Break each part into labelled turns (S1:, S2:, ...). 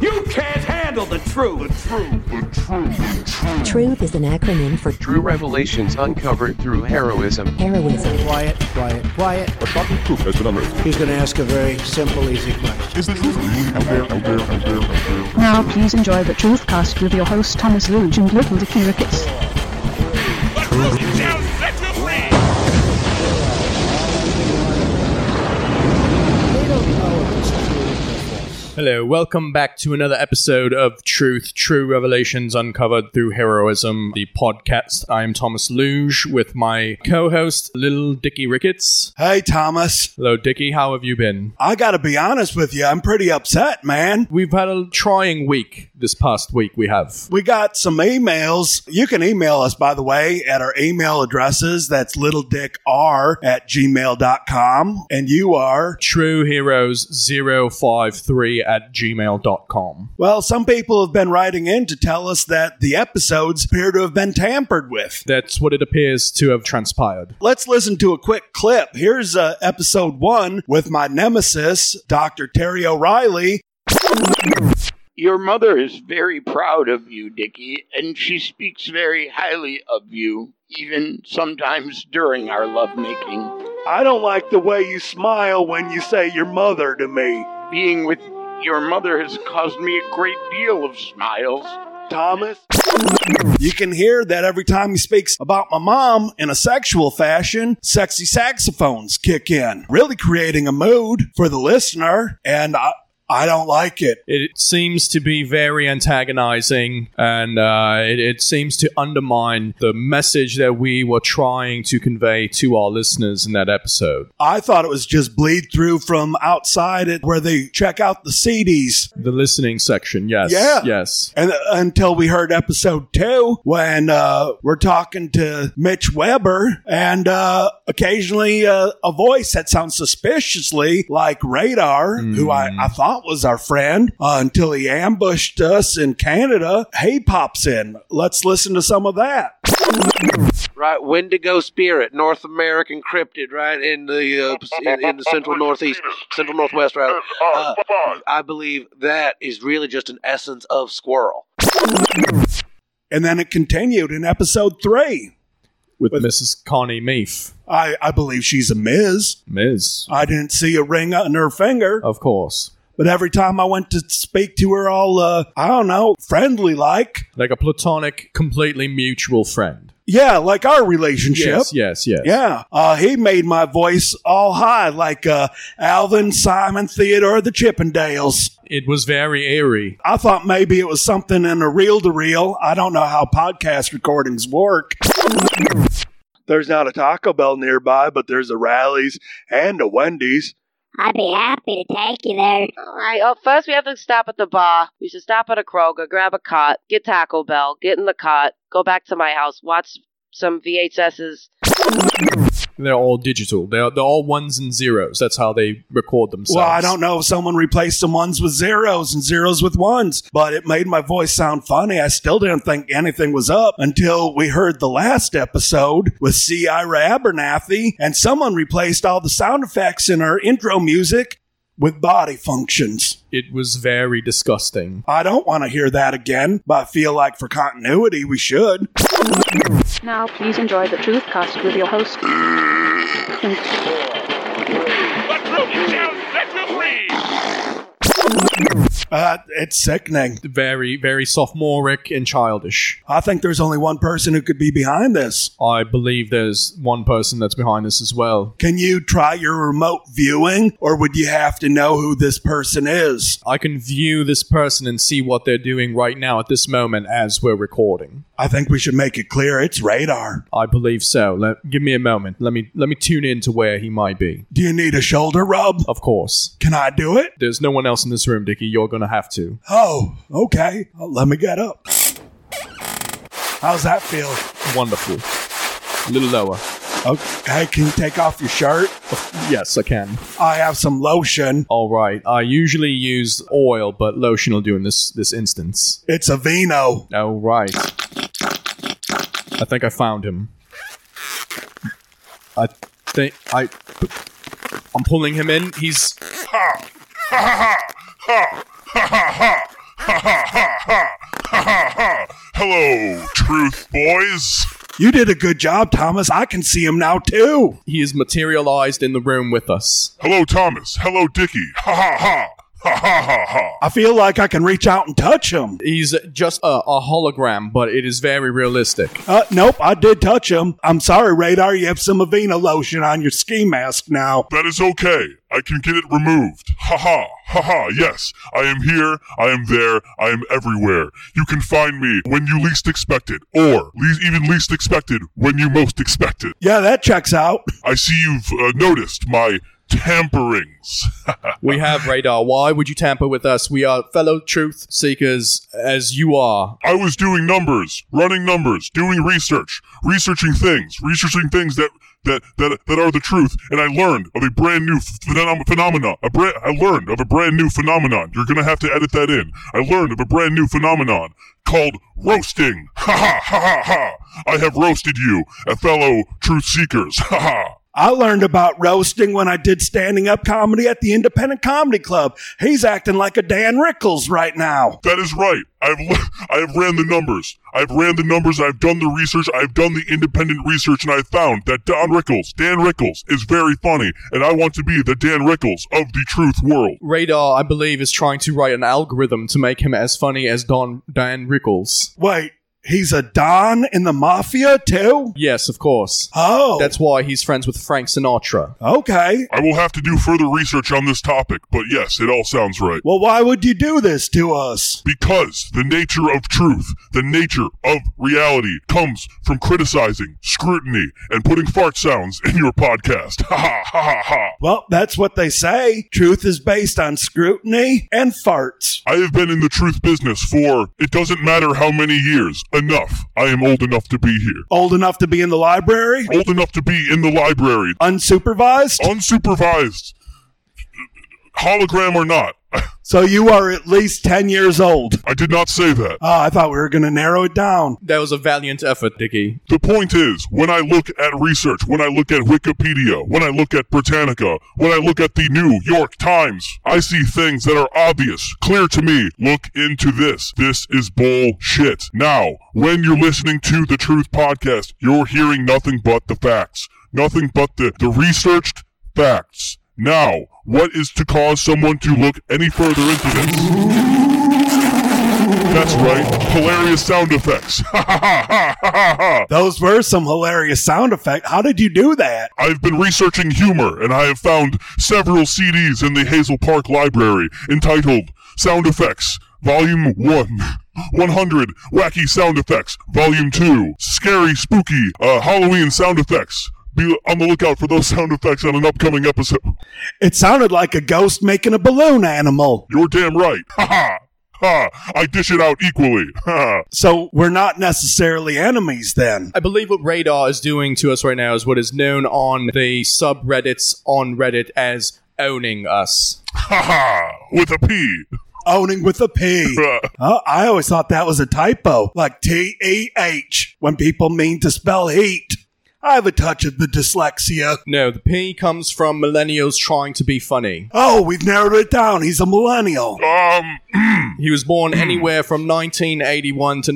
S1: You can't handle the truth. The truth. The truth. The truth.
S2: Truth is an acronym for
S3: True revelations uncovered through heroism.
S2: heroism.
S4: Quiet, quiet, quiet.
S5: A shocking truth has been unearthed.
S4: He's going to ask a very simple, easy question.
S5: Is the truth really out there, out there, out there, out there?
S6: Now please enjoy the Truthcast with your hosts Thomas Luge and Little Dakira Kitts.
S1: The truth is out. Let you free.
S4: They don't know if it's true or false.
S7: Hello, welcome back to another episode of Truth, True Revelations Uncovered Through Heroism, the podcast. I'm Thomas Luge with my co host, Little Dicky Ricketts.
S8: Hey, Thomas.
S7: Hello, Dicky, how have you been?
S8: I got to be honest with you. I'm pretty upset, man.
S7: We've had a trying week this past week, we have.
S8: We got some emails. You can email us, by the way, at our email addresses. That's littledicr at gmail.com. And you are,
S7: TrueHeroes053 at gmail.com.
S8: well, some people have been writing in to tell us that the episodes appear to have been tampered with.
S7: That's what it appears to have transpired.
S8: Let's listen to a quick clip. Here's uh, episode one with my nemesis, Dr. Terry O'Reilly,
S9: Your mother is very proud of you, Dickie, and she speaks very highly of you, even sometimes during our lovemaking.
S10: I don't like the way you smile when you say your mother to me.
S9: Being with your mother has caused me a great deal of smiles.
S10: Thomas,
S8: You can hear that every time he speaks about my mom in a sexual fashion, sexy saxophones kick in, really creating a mood for the listener. And I, I don't like it.
S7: It seems to be very antagonizing and uh, it, it seems to undermine the message that we were trying to convey to our listeners in that episode.
S8: I thought it was just bleed through from outside it where they check out the CDs.
S7: The listening section, yes.
S8: Yeah.
S7: Yes.
S8: And uh, until we heard episode two, when uh, we're talking to Mitch Weber, and uh, occasionally uh, a voice that sounds suspiciously like Radar, who I, I thought was our friend, uh, until he ambushed us in Canada. Hey, pops in. Let's listen to some of that.
S11: right? Wendigo spirit, North American cryptid, right in the uh, in, in the central northeast, central northwest, rather. Uh, I believe that is really just an essence of squirrel.
S8: And then it continued in episode three.
S7: With, Mrs. Connie Meath.
S8: I, I believe she's a Miz.
S7: Ms.
S8: I didn't see a ring on her finger.
S7: Of course.
S8: But every time I went to speak to her, all, uh, I don't know, friendly like,
S7: Like a platonic, completely mutual friend.
S8: yeah, like our relationship.
S7: Yes, yes, yes.
S8: Yeah. Uh, he made my voice all high, like uh, Alvin, Simon, Theodore, the Chippendales.
S7: It was very eerie.
S8: I thought maybe it was something in a reel to reel. I don't know how podcast recordings work.
S10: there's not a Taco Bell nearby, but there's a Rally's and a Wendy's.
S12: I'd be happy to take you there.
S13: All right. Oh, first we have to stop at the bar. We should stop at a Kroger, grab a cot, get Taco Bell, get in the cot, go back to my house, watch some VHSs.
S7: They're all digital. They're, they're all ones and zeros. That's how they record themselves.
S8: Well, I don't know if someone replaced some ones with zeros and zeros with ones, but it made my voice sound funny. I still didn't think anything was up until we heard the last episode with C. Ira Abernathy, and someone replaced all the sound effects in our intro music with body functions.
S7: It was very disgusting.
S8: I don't want to hear that again, but I feel like for continuity, we should.
S6: Now please enjoy the Truthcast with your host.
S1: The truth is out. Let you free.
S4: Uh, it's sickening.
S7: Very, very sophomoric and childish.
S4: I think there's only one person who could be behind this.
S7: I believe there's one person that's behind this as well.
S4: Can you try your remote viewing, or would you have to know who this person is?
S7: I can view this person and see what they're doing right now at this moment as we're recording.
S4: I think we should make it clear it's radar.
S7: I believe so. Let, give me a moment. Let me let me tune in to where he might be.
S4: Do you need a shoulder rub?
S7: Of course.
S4: Can I do it?
S7: There's no one else in this room, Dickie. You're gonna have to.
S4: Oh, okay. Well, let me get up. How's that feel?
S7: Wonderful. A little lower.
S4: Okay, can you take off your shirt?
S7: Yes, I can.
S4: I have some lotion.
S7: All right. I usually use oil, but lotion will do in this this instance.
S4: It's a vino.
S7: All right. I think I found him. I think I. I'm pulling him in. He's.
S8: Hello, truth boys.
S4: You did a good job, Thomas. I can see him now, too.
S7: He is materialized in the room with us.
S8: Hello, Thomas. Hello, Dickie. Ha ha ha. Ha ha ha ha.
S4: I feel like I can reach out and touch him.
S7: He's just a, a hologram, but it is very realistic.
S4: Uh, nope, I did touch him. I'm sorry, Radar. You have some Avena lotion on your ski mask now.
S8: That is okay. I can get it removed. Ha ha. Ha ha. Yes, I am here. I am there. I am everywhere. You can find me when you least expect it, or le- even least expected when you most expect it.
S4: Yeah, that checks out.
S8: I see you've uh, noticed my tamperings.
S7: we have radar. Why would you tamper with us? We are fellow truth seekers as you are.
S8: I was doing numbers, running numbers, doing research, researching things, researching things that that that, that are the truth, and I learned of a brand new phenom- phenomena. A bra- I learned of a brand new phenomenon. You're gonna have to edit that in. I learned of a brand new phenomenon called roasting. Ha ha ha ha ha! I have roasted you, a fellow truth seekers. Ha ha!
S4: I learned about roasting when I did standing up comedy at the Independent Comedy Club. He's acting like a Dan Rickles right now.
S8: That is right. I've I've ran the numbers. I've ran the numbers. I've done the research. I've done the independent research, and I found that Don Rickles, Dan Rickles, is very funny, and I want to be the Dan Rickles of the truth world.
S7: Radar, I believe, is trying to write an algorithm to make him as funny as Don Dan Rickles.
S4: Wait, He's a Don in the Mafia, too?
S7: Yes, of course.
S4: Oh.
S7: That's why he's friends with Frank Sinatra.
S4: Okay.
S8: I will have to do further research on this topic, but yes, it all sounds right.
S4: Well, why would you do this to us?
S8: Because the nature of truth, the nature of reality, comes from criticizing, scrutiny, and putting fart sounds in your podcast. Ha ha ha ha ha.
S4: Well, that's what they say. Truth is based on scrutiny and farts.
S8: I have been in the truth business for it doesn't matter how many years enough. I am old enough to be here.
S4: Old enough to be in the library?
S8: Old enough to be in the library.
S4: Unsupervised?
S8: Unsupervised. Hologram or not.
S4: So you are at least 10 years old.
S8: I did not say that.
S4: Ah, I thought we were going to narrow it down.
S7: That was a valiant effort, Dickie.
S8: The point is, when I look at research, when I look at Wikipedia, when I look at Britannica, when I look at the New York Times, I see things that are obvious, clear to me. Look into this. This is bullshit. Now, when you're listening to the Truth Podcast, you're hearing nothing but the facts. Nothing but the, the researched facts. Now, what is to cause someone to look any further into this? That's right, hilarious sound effects. Ha ha ha ha ha ha.
S4: Those were some hilarious sound effects. How did you do that?
S8: I've been researching humor, and I have found several CDs in the Hazel Park Library entitled Sound Effects, Volume 1. 100 Wacky Sound Effects, Volume 2. Scary, Spooky, uh, Halloween Sound Effects, be on the lookout for those sound effects on an upcoming episode.
S4: It sounded like a ghost making a balloon animal.
S8: You're damn right. Ha ha. Ha! I dish it out equally. Ha!
S4: So we're not necessarily enemies then.
S7: I believe what Radar is doing to us right now is what is known on the subreddits on Reddit as owning us.
S8: Ha ha! With a P.
S4: Owning with a P. oh, I always thought that was a typo, like T E H, when people mean to spell heat. I have a touch of the dyslexia.
S7: No, the P comes from millennials trying to be funny.
S4: Oh, we've narrowed it down. He's a millennial.
S8: Um,
S7: He was born anywhere from 1981 to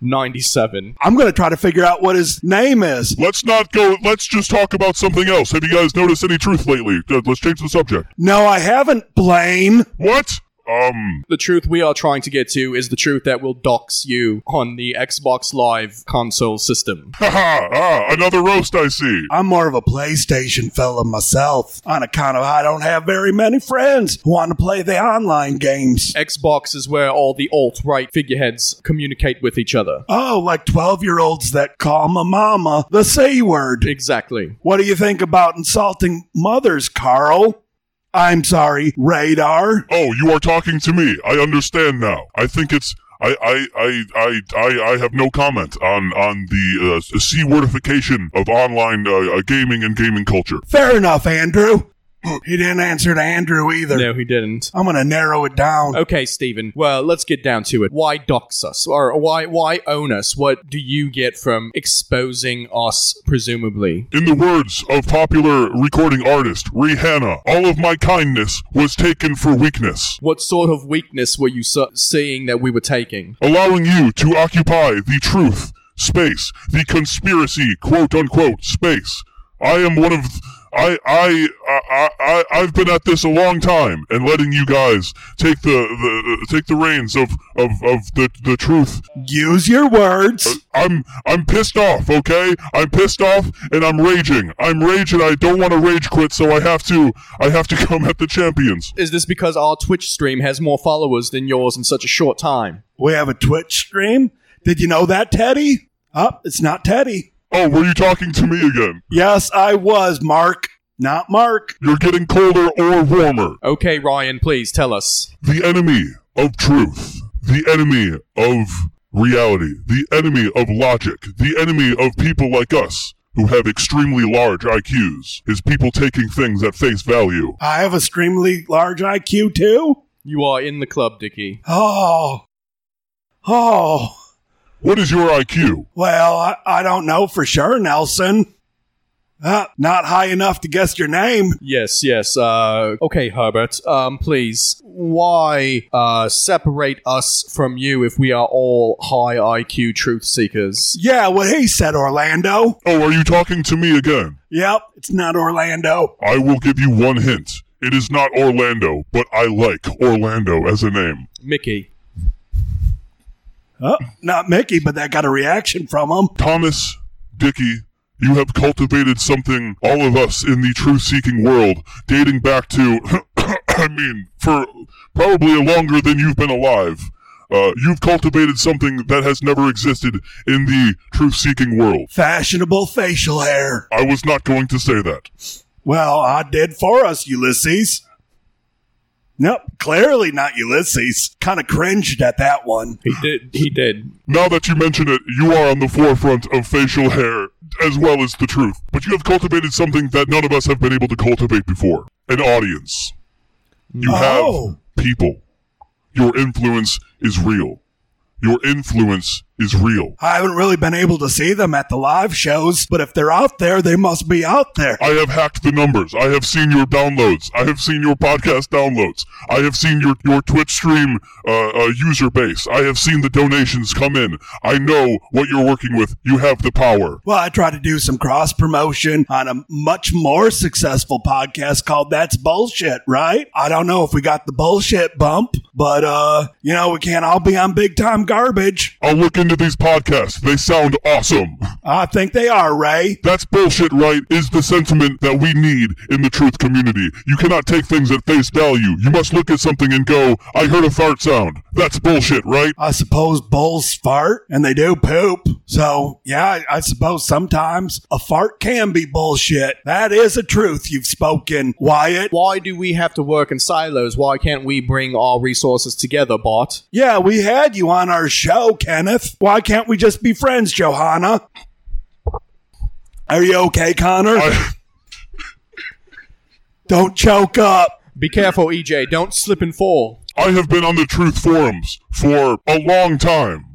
S7: 1997.
S4: I'm going to try to figure out what his name is.
S8: let's not go. Let's just talk about something else. Have you guys noticed any truth lately? Uh, Let's change the subject.
S4: No, I haven't, Blaine.
S8: What? Um,
S7: The truth we are trying to get to is the truth that will dox you on the Xbox Live console system.
S8: haha, ah, another roast I see.
S4: I'm more of a PlayStation fella myself, on account of I don't have very many friends who want to play the online games.
S7: Xbox is where all the alt right figureheads communicate with each other.
S4: Oh, like 12 year olds that call my mama the C word.
S7: Exactly.
S4: What do you think about insulting mothers, Carl? I'm sorry, radar.
S8: Oh, you are talking to me. I understand now. I think it's. I, I, I, I, I, I have no comment on, on the uh, C-wordification of online uh, uh, gaming and gaming culture.
S4: Fair enough, Andrew. he didn't answer to Andrew either.
S7: No, he didn't.
S4: I'm going to narrow it down.
S7: Okay, Stephen. Well, let's get down to it. Why dox us, or why why own us? What do you get from exposing us? Presumably,
S8: In the words of popular recording artist Rihanna, all of my kindness was taken for weakness.
S7: what sort of weakness were you su- seeing that we were taking?
S8: allowing you to occupy the truth space, the conspiracy quote unquote space. I am one of I I I I I've been at this a long time, and letting you guys take the, the take the reins of of of the the truth. Uh,
S4: Use your words.
S8: I'm I'm pissed off, okay? I'm pissed off, and I'm raging. I'm raging. I don't want to rage quit, so I have to I have to come at the champions.
S7: Is this because our Twitch stream has more followers than yours in such a short time?
S4: We have a Twitch stream. Did you know that, Teddy? Up, it's not Teddy.
S8: Oh, were you talking to me again?
S4: Yes, I was, Mark. Not Mark.
S8: You're getting colder or warmer.
S7: Okay, Ryan, please tell us.
S8: the enemy of truth, the enemy of reality, the enemy of logic, the enemy of people like us who have extremely large IQs is people taking things at face value.
S4: I have a extremely large IQ too.
S7: You are in the club, Dickie.
S4: Oh, oh.
S8: What is your IQ?
S4: Well, I, I don't know for sure, Nelson. Uh, not high enough to guess your name.
S7: Yes, yes. Uh, okay, Herbert. Um, please, why uh, separate us from you if we are all high IQ truth seekers?
S4: Yeah, what he said, Orlando.
S8: Oh, are you talking to me again?
S4: Yep, it's not Orlando.
S8: I will give you one hint. It is not Orlando, but I like Orlando as a name.
S7: Mickey.
S4: Oh, not Mickey, but that got a reaction from him.
S8: Thomas, Dickey, you have cultivated something all of us in the truth seeking world, dating back to, I mean, for probably longer than you've been alive. Uh, you've cultivated something that has never existed in the truth seeking world.
S4: Fashionable facial hair.
S8: I was not going to say that.
S4: Well, I did for us, Ulysses. Nope, clearly not Ulysses. Kind of cringed at that one.
S7: He did. He did.
S8: Now that you mention it, you are on the forefront of facial hair as well as the truth. But you have cultivated something that none of us have been able to cultivate before an audience. You
S4: Oh.
S8: have people. Your influence is real. Your influence is real.
S4: I haven't really been able to see them at the live shows, but if they're out there, they must be out there.
S8: I have hacked the numbers. I have seen your downloads. I have seen your podcast downloads. I have seen your, your Twitch stream uh, uh, user base. I have seen the donations come in. I know what you're working with. You have the power.
S4: Well, I try to do some cross promotion on a much more successful podcast called That's Bullshit, right? I don't know if we got the bullshit bump, but uh, you know, we can't all be on big time garbage.
S8: I'll look into these podcasts. They sound awesome.
S4: I think they are, Ray.
S8: That's bullshit, right? Is the sentiment that we need in the truth community. You cannot take things at face value. You must look at something and go, I heard a fart sound. That's bullshit, right?
S4: I suppose bulls fart and they do poop. So, yeah, I, I suppose sometimes a fart can be bullshit. That is a truth you've spoken, Wyatt.
S7: Why do we have to work in silos? Why can't we bring our resources together, Bart?
S4: Yeah, we had you on our show, Kenneth. Why can't we just be friends, Johanna? Are you okay, Connor?
S8: I,
S4: Don't choke up.
S7: Be careful, EJ. Don't slip and fall.
S8: I have been on the truth forums for a long time.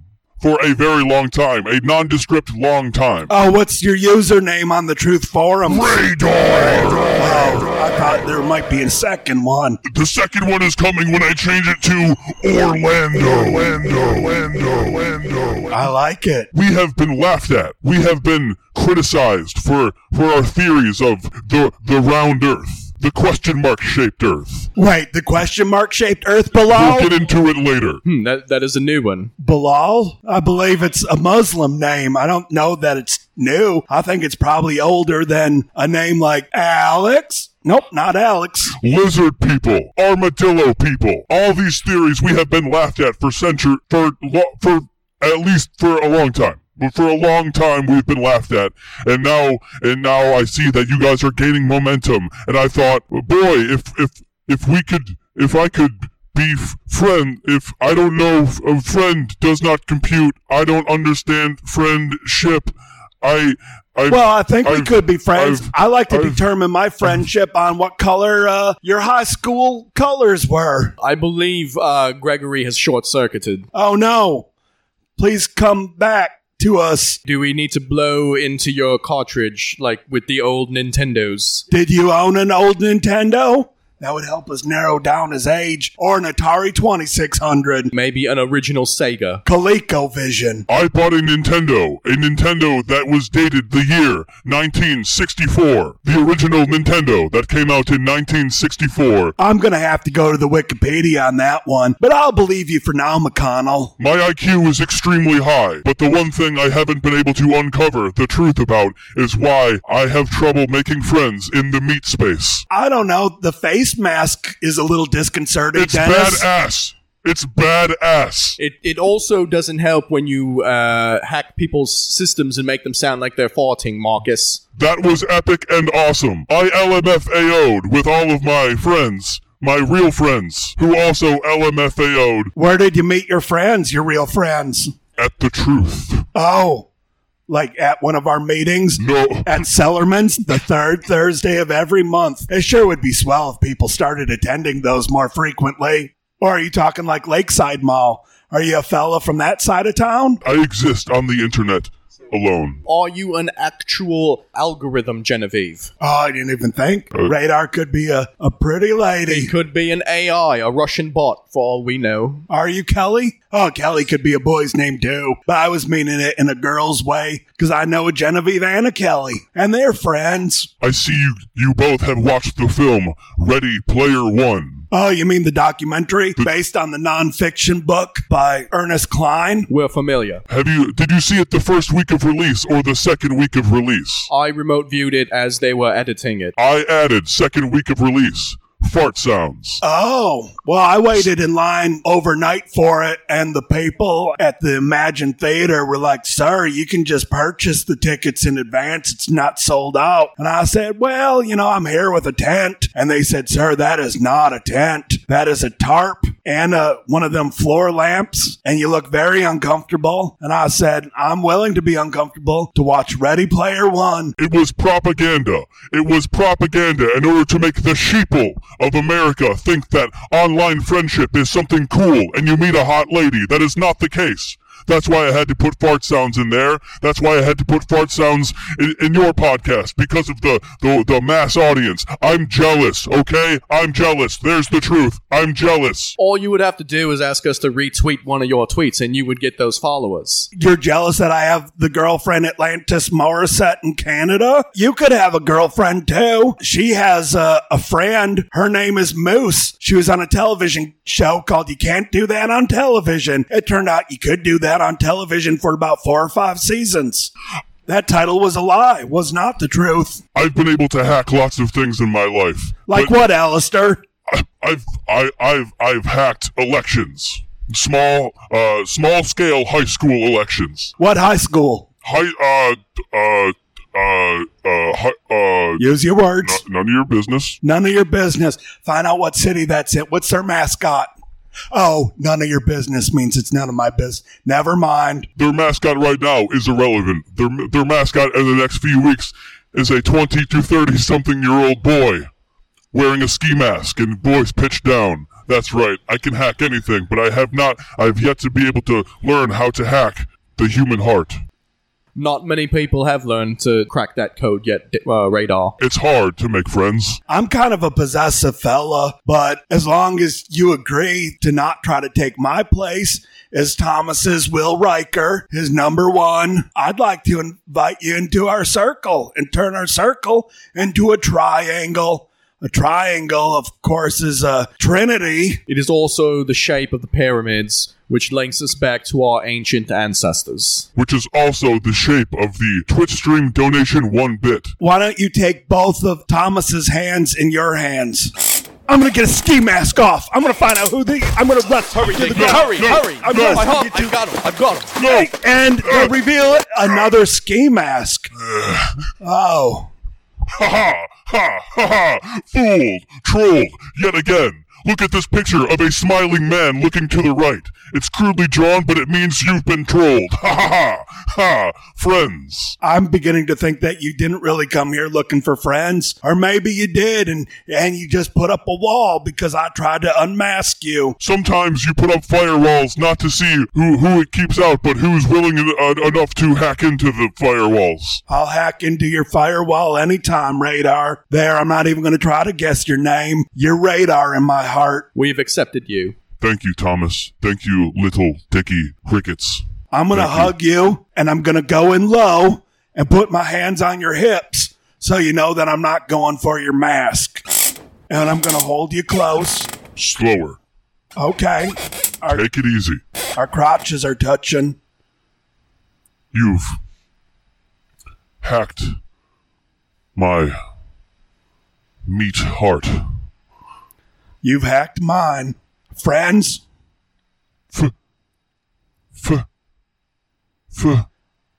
S8: For a very long time. A nondescript long time.
S4: Oh, what's your username on the Truth Forum?
S8: Radar!
S4: Oh, I thought there might be a second one.
S8: The second one is coming when I change it to Orlando. Orlando. Orlando. Orlando.
S4: I like it.
S8: we have been laughed at. We have been criticized for for our theories of the the round earth, The question mark shaped Earth.
S4: Wait, the question mark shaped Earth Bilal?
S8: We'll get into it later.
S7: Hmm, that, that is a new one.
S4: Bilal? I believe it's a Muslim name. I don't know that it's new. I think it's probably older than a name like Alex. Nope, not Alex.
S8: Lizard people, armadillo people, all these theories we have been laughed at for century, for lo- for at least for a long time. But for a long time we've been laughed at, and now and now I see that you guys are gaining momentum. And I thought, boy, if if if we could, if I could be f- friend, if I don't know, f- a friend does not compute. I don't understand friendship. I. i
S4: well, I think we
S8: I've-
S4: could be friends.
S8: I've-
S4: i like to
S8: I've-
S4: determine my friendship on what color uh, your high school colors were.
S7: I believe uh, Gregory has short circuited.
S4: Oh no. Please come back to us.
S7: Do we need to blow into your cartridge like with the old Nintendos?
S4: Did you own an old Nintendo? That would help us narrow down his age or an Atari 2600.
S7: Maybe an original Sega.
S4: ColecoVision.
S8: I bought a Nintendo, a Nintendo that was dated the year 1964, the original Nintendo that came out in 1964.
S4: I'm going to have to go to the Wikipedia on that one, but I'll believe you for now, McConnell.
S8: My IQ is extremely high, but the one thing I haven't been able to uncover the truth about is why I have trouble making friends in the meat space.
S4: I don't know. The face mask is a little disconcerting,
S8: It's
S4: Dennis.
S8: badass. It's badass.
S7: It, it also doesn't help when you uh, hack people's systems and make them sound like they're farting, Marcus.
S8: That was epic and awesome. I LMFAO'd with all of my friends, my real friends, who also LMFAO'd
S4: Where did you meet your friends, your real friends?
S8: at the truth.
S4: Oh, like at one of our meetings?
S8: No.
S4: At Sellerman's, the third Thursday of every month. It sure would be swell if people started attending those more frequently. Or are you talking like Lakeside Mall? Are you a fella from that side of town?
S8: I exist on the internet alone.
S7: Are you an actual algorithm, Genevieve?
S4: Oh, I didn't even think. Radar could be a, a pretty lady.
S7: It could be an AI, a Russian bot, for all we know.
S4: Are you Kelly? Oh, Kelly could be a boy's name too, but I was meaning it in a girl's way because I know a Genevieve and a Kelly, and they're friends.
S8: I see you, you both have watched the film Ready Player One.
S4: Oh, you mean the documentary based on the nonfiction book by Ernest Klein?
S7: We're familiar.
S8: Have you, did you see it the first week of release or the second week of release?
S7: I remote viewed it as they were editing it.
S8: I added second week of release, fart sounds.
S4: Oh, well, I waited in line overnight for it, and the people at the Imagine Theater were like, Sir, you can just purchase the tickets in advance. It's not sold out. And I said, Well, you know, I'm here with a tent. And they said, Sir, that is not a tent. That is a tarp and a, one of them floor lamps. And you look very uncomfortable. And I said, I'm willing to be uncomfortable to watch Ready Player One.
S8: It was propaganda. It was propaganda in order to make the sheeple of America think that online friendship is something cool and you meet a hot lady. That is not the case. That's why I had to put fart sounds in there. That's why I had to put fart sounds in, in your podcast because of the, the the mass audience. I'm jealous, okay? I'm jealous. There's the truth. I'm jealous.
S7: All you would have to do is ask us to retweet one of your tweets and you would get those followers.
S4: You're jealous that I have the girlfriend Atlantis Morissette in Canada? You could have a girlfriend too. She has a, a friend. Her name is Moose. She was on a television show called You Can't Do That on Television. It turned out you could do that on television for about four or five seasons. That title was a lie, was not the truth.
S8: I've been able to hack lots of things in my life.
S4: Like
S8: But
S4: what, Alistair?
S8: I've I, I've I've hacked elections. Small uh small scale high school elections.
S4: What high school?
S8: High uh uh uh uh hi, uh
S4: Use your words.
S8: none of your business.
S4: None of your business. Find out what city that's in. What's their mascot? Oh, none of your business means it's none of my business. Never mind.
S8: Their mascot right now is irrelevant. Their their mascot in the next few weeks is a 20 to 30 something year old boy wearing a ski mask and voice pitched down. That's right. I can hack anything, but I have not I've yet to be able to learn how to hack the human heart.
S7: Not many people have learned to crack that code yet, uh, Radar.
S8: It's hard to make friends.
S4: I'm kind of a possessive fella, but as long as you agree to not try to take my place as Thomas's Will Riker, his number one, I'd like to invite you into our circle and turn our circle into a triangle. A triangle, of course, is a trinity.
S7: It is also the shape of the pyramids, which links us back to our ancient ancestors.
S8: Which is also the shape of the Twitch stream donation one bit.
S4: Why don't you take both of Thomas's hands in your hands? I'm gonna get a ski mask off. I'm gonna find out who the. I'm gonna rush. Hurry,
S14: Digby, hurry, hurry.
S4: I'm
S14: No,
S4: gonna
S14: I
S4: fucking
S14: hope-
S4: get you.
S14: I've got him. I've got him.
S4: And they reveal another ski mask. oh.
S8: Ha ha ha ha! Fooled, trolled, yet again. Look at this picture of a smiling man looking to the right. It's crudely drawn, but it means you've been trolled. Ha ha ha! Ha! Friends.
S4: I'm beginning to think that you didn't really come here looking for friends, or maybe you did, and and you just put up a wall because I tried to unmask you.
S8: Sometimes you put up firewalls not to see who, who it keeps out, but who's willing en- en- enough to hack into the firewalls.
S4: I'll hack into your firewall anytime, Radar. There, I'm not even going to try to guess your name. Your radar in my heart.
S7: We've accepted you.
S8: Thank you, Thomas. Thank you, little Dicky Ricketts.
S4: I'm going to hug you. and I'm going to go in low and put my hands on your hips so you know that I'm not going for your mask. And I'm going to hold you close.
S8: Slower.
S4: Okay. Our,
S8: Take it easy.
S4: our crotches are touching.
S8: You've hacked my meat heart.
S4: You've hacked mine. Friends?
S8: F- f-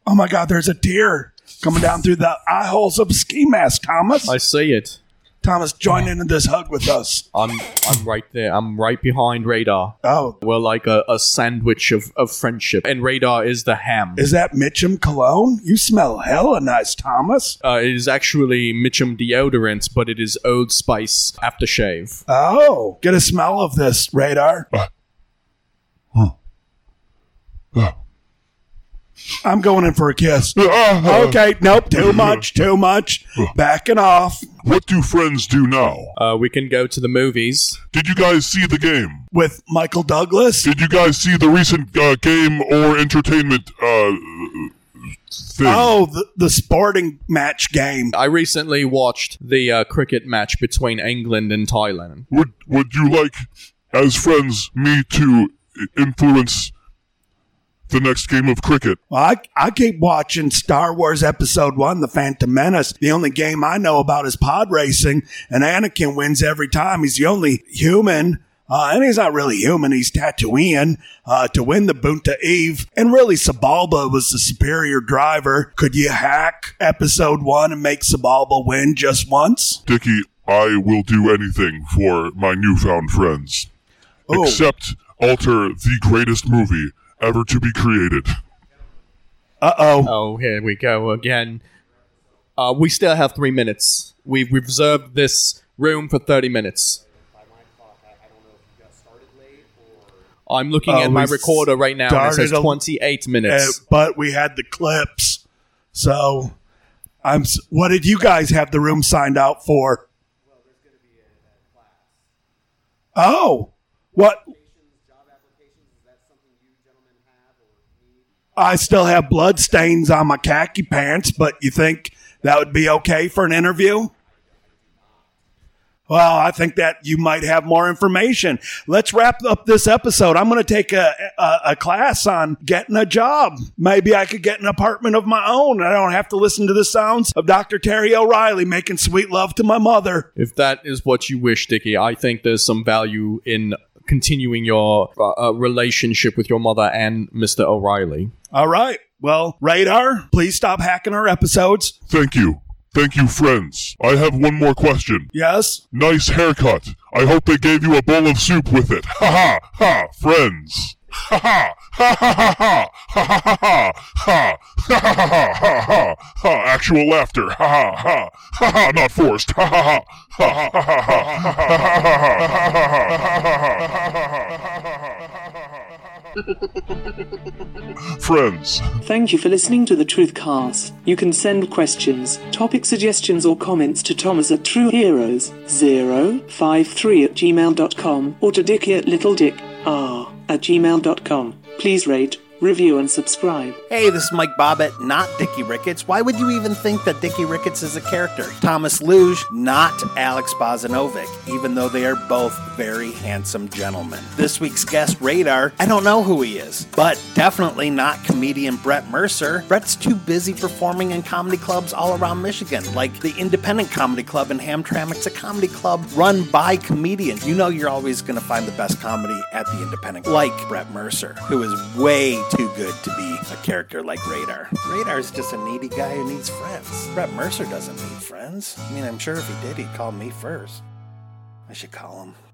S4: Oh my God, there's a tear coming down through the eye holes of ski mask, Thomas.
S7: I see it.
S4: Thomas, join in this hug with us.
S7: I'm I'm right there. I'm right behind Radar.
S4: Oh.
S7: We're like a, a sandwich of, of friendship. And Radar is the ham.
S4: Is that Mitchum cologne? You smell hella nice, Thomas.
S7: uh, it is actually Mitchum deodorant, but it is Old Spice aftershave.
S4: Oh, get a smell of this, radar.
S8: Ah,
S4: I'm going in for a kiss. okay, nope, too much, too much. Backing off.
S8: What do friends do now?
S7: Uh, we can go to the movies.
S8: Did you guys see the game?
S4: With Michael Douglas?
S8: Did you guys see the recent uh, game or entertainment uh, thing?
S4: Oh, the, the sporting match game.
S7: I recently watched the uh, cricket match between England and Thailand.
S8: Would would you like, as friends, me to i- influence the next game of cricket?
S4: Well, I, I keep watching Star Wars Episode 1, The Phantom Menace. The only game I know about is pod racing, and Anakin wins every time. He's the only human, uh, and he's not really human, he's Tatooine, uh, to win the Bunta Eve. And really, Sabalba was the superior driver. Could you hack Episode 1 and make Sabalba win just once?
S8: Dicky, I will do anything for my newfound friends,
S4: Oh.
S8: except alter the greatest movie ever to be created.
S4: Uh oh.
S7: Oh, here we go again. Uh, we still have three minutes. We've reserved this room for 30 minutes. I'm looking
S4: Oh,
S7: at my
S4: we
S7: recorder right now and it says
S4: started a-
S7: 28 minutes.
S4: Uh, but we had the clips. So, I'm. s- What did you guys have the room signed out for? Oh, what? I still have blood stains on my khaki pants, but you think that would be okay for an interview? Well, I think that you might have more information. Let's wrap up this episode. I'm going to take a, a, a class on getting a job. Maybe I could get an apartment of my own. I don't have to listen to the sounds of Dr. Terry O'Reilly making sweet love to my mother.
S7: if that is what you wish, Dickie, I think there's some value in continuing your uh, uh, relationship with your mother and Mr. O'Reilly.
S4: All right. Well, Radar, please stop hacking our episodes.
S8: Thank you. Thank you, friends. I have one more question.
S4: Yes?
S8: Nice haircut. I hope they gave you a bowl of soup with it. Ha ha ha, friends. Ha ha ha ha ha ha ha ha ha ha ha ha ha ha ha ha actual laughter. Ha ha ha ha ha not forced. Ha ha ha ha ha ha ha ha ha ha ha ha ha. Friends.
S15: Thank you for listening to the Truth Cast. You can send questions, topic suggestions, or comments to Thomas at trueheroes053 at gmail.com or to Dickie at littledickr at gmail.com. Please rate,
S16: review, and subscribe.
S17: Hey, this is Mike Bobbitt, not Dickie Ricketts. Why would you even think that Dickie Ricketts is a character? Thomas Luge, not Alex Bozanovic, even though they are both very handsome gentlemen. This week's guest, Radar, I don't know who he is, but definitely not comedian Brett Mercer. Brett's too busy performing in comedy clubs all around Michigan, like the Independent Comedy Club in Hamtramck. It's a comedy club run by comedians. You know you're always going to find the best comedy at the Independent, like Brett Mercer, who is way too good to be a character like Radar. Radar's just a needy guy who needs friends. Brett Mercer doesn't need friends. I mean, I'm sure if he did, he'd call me first. I should call him.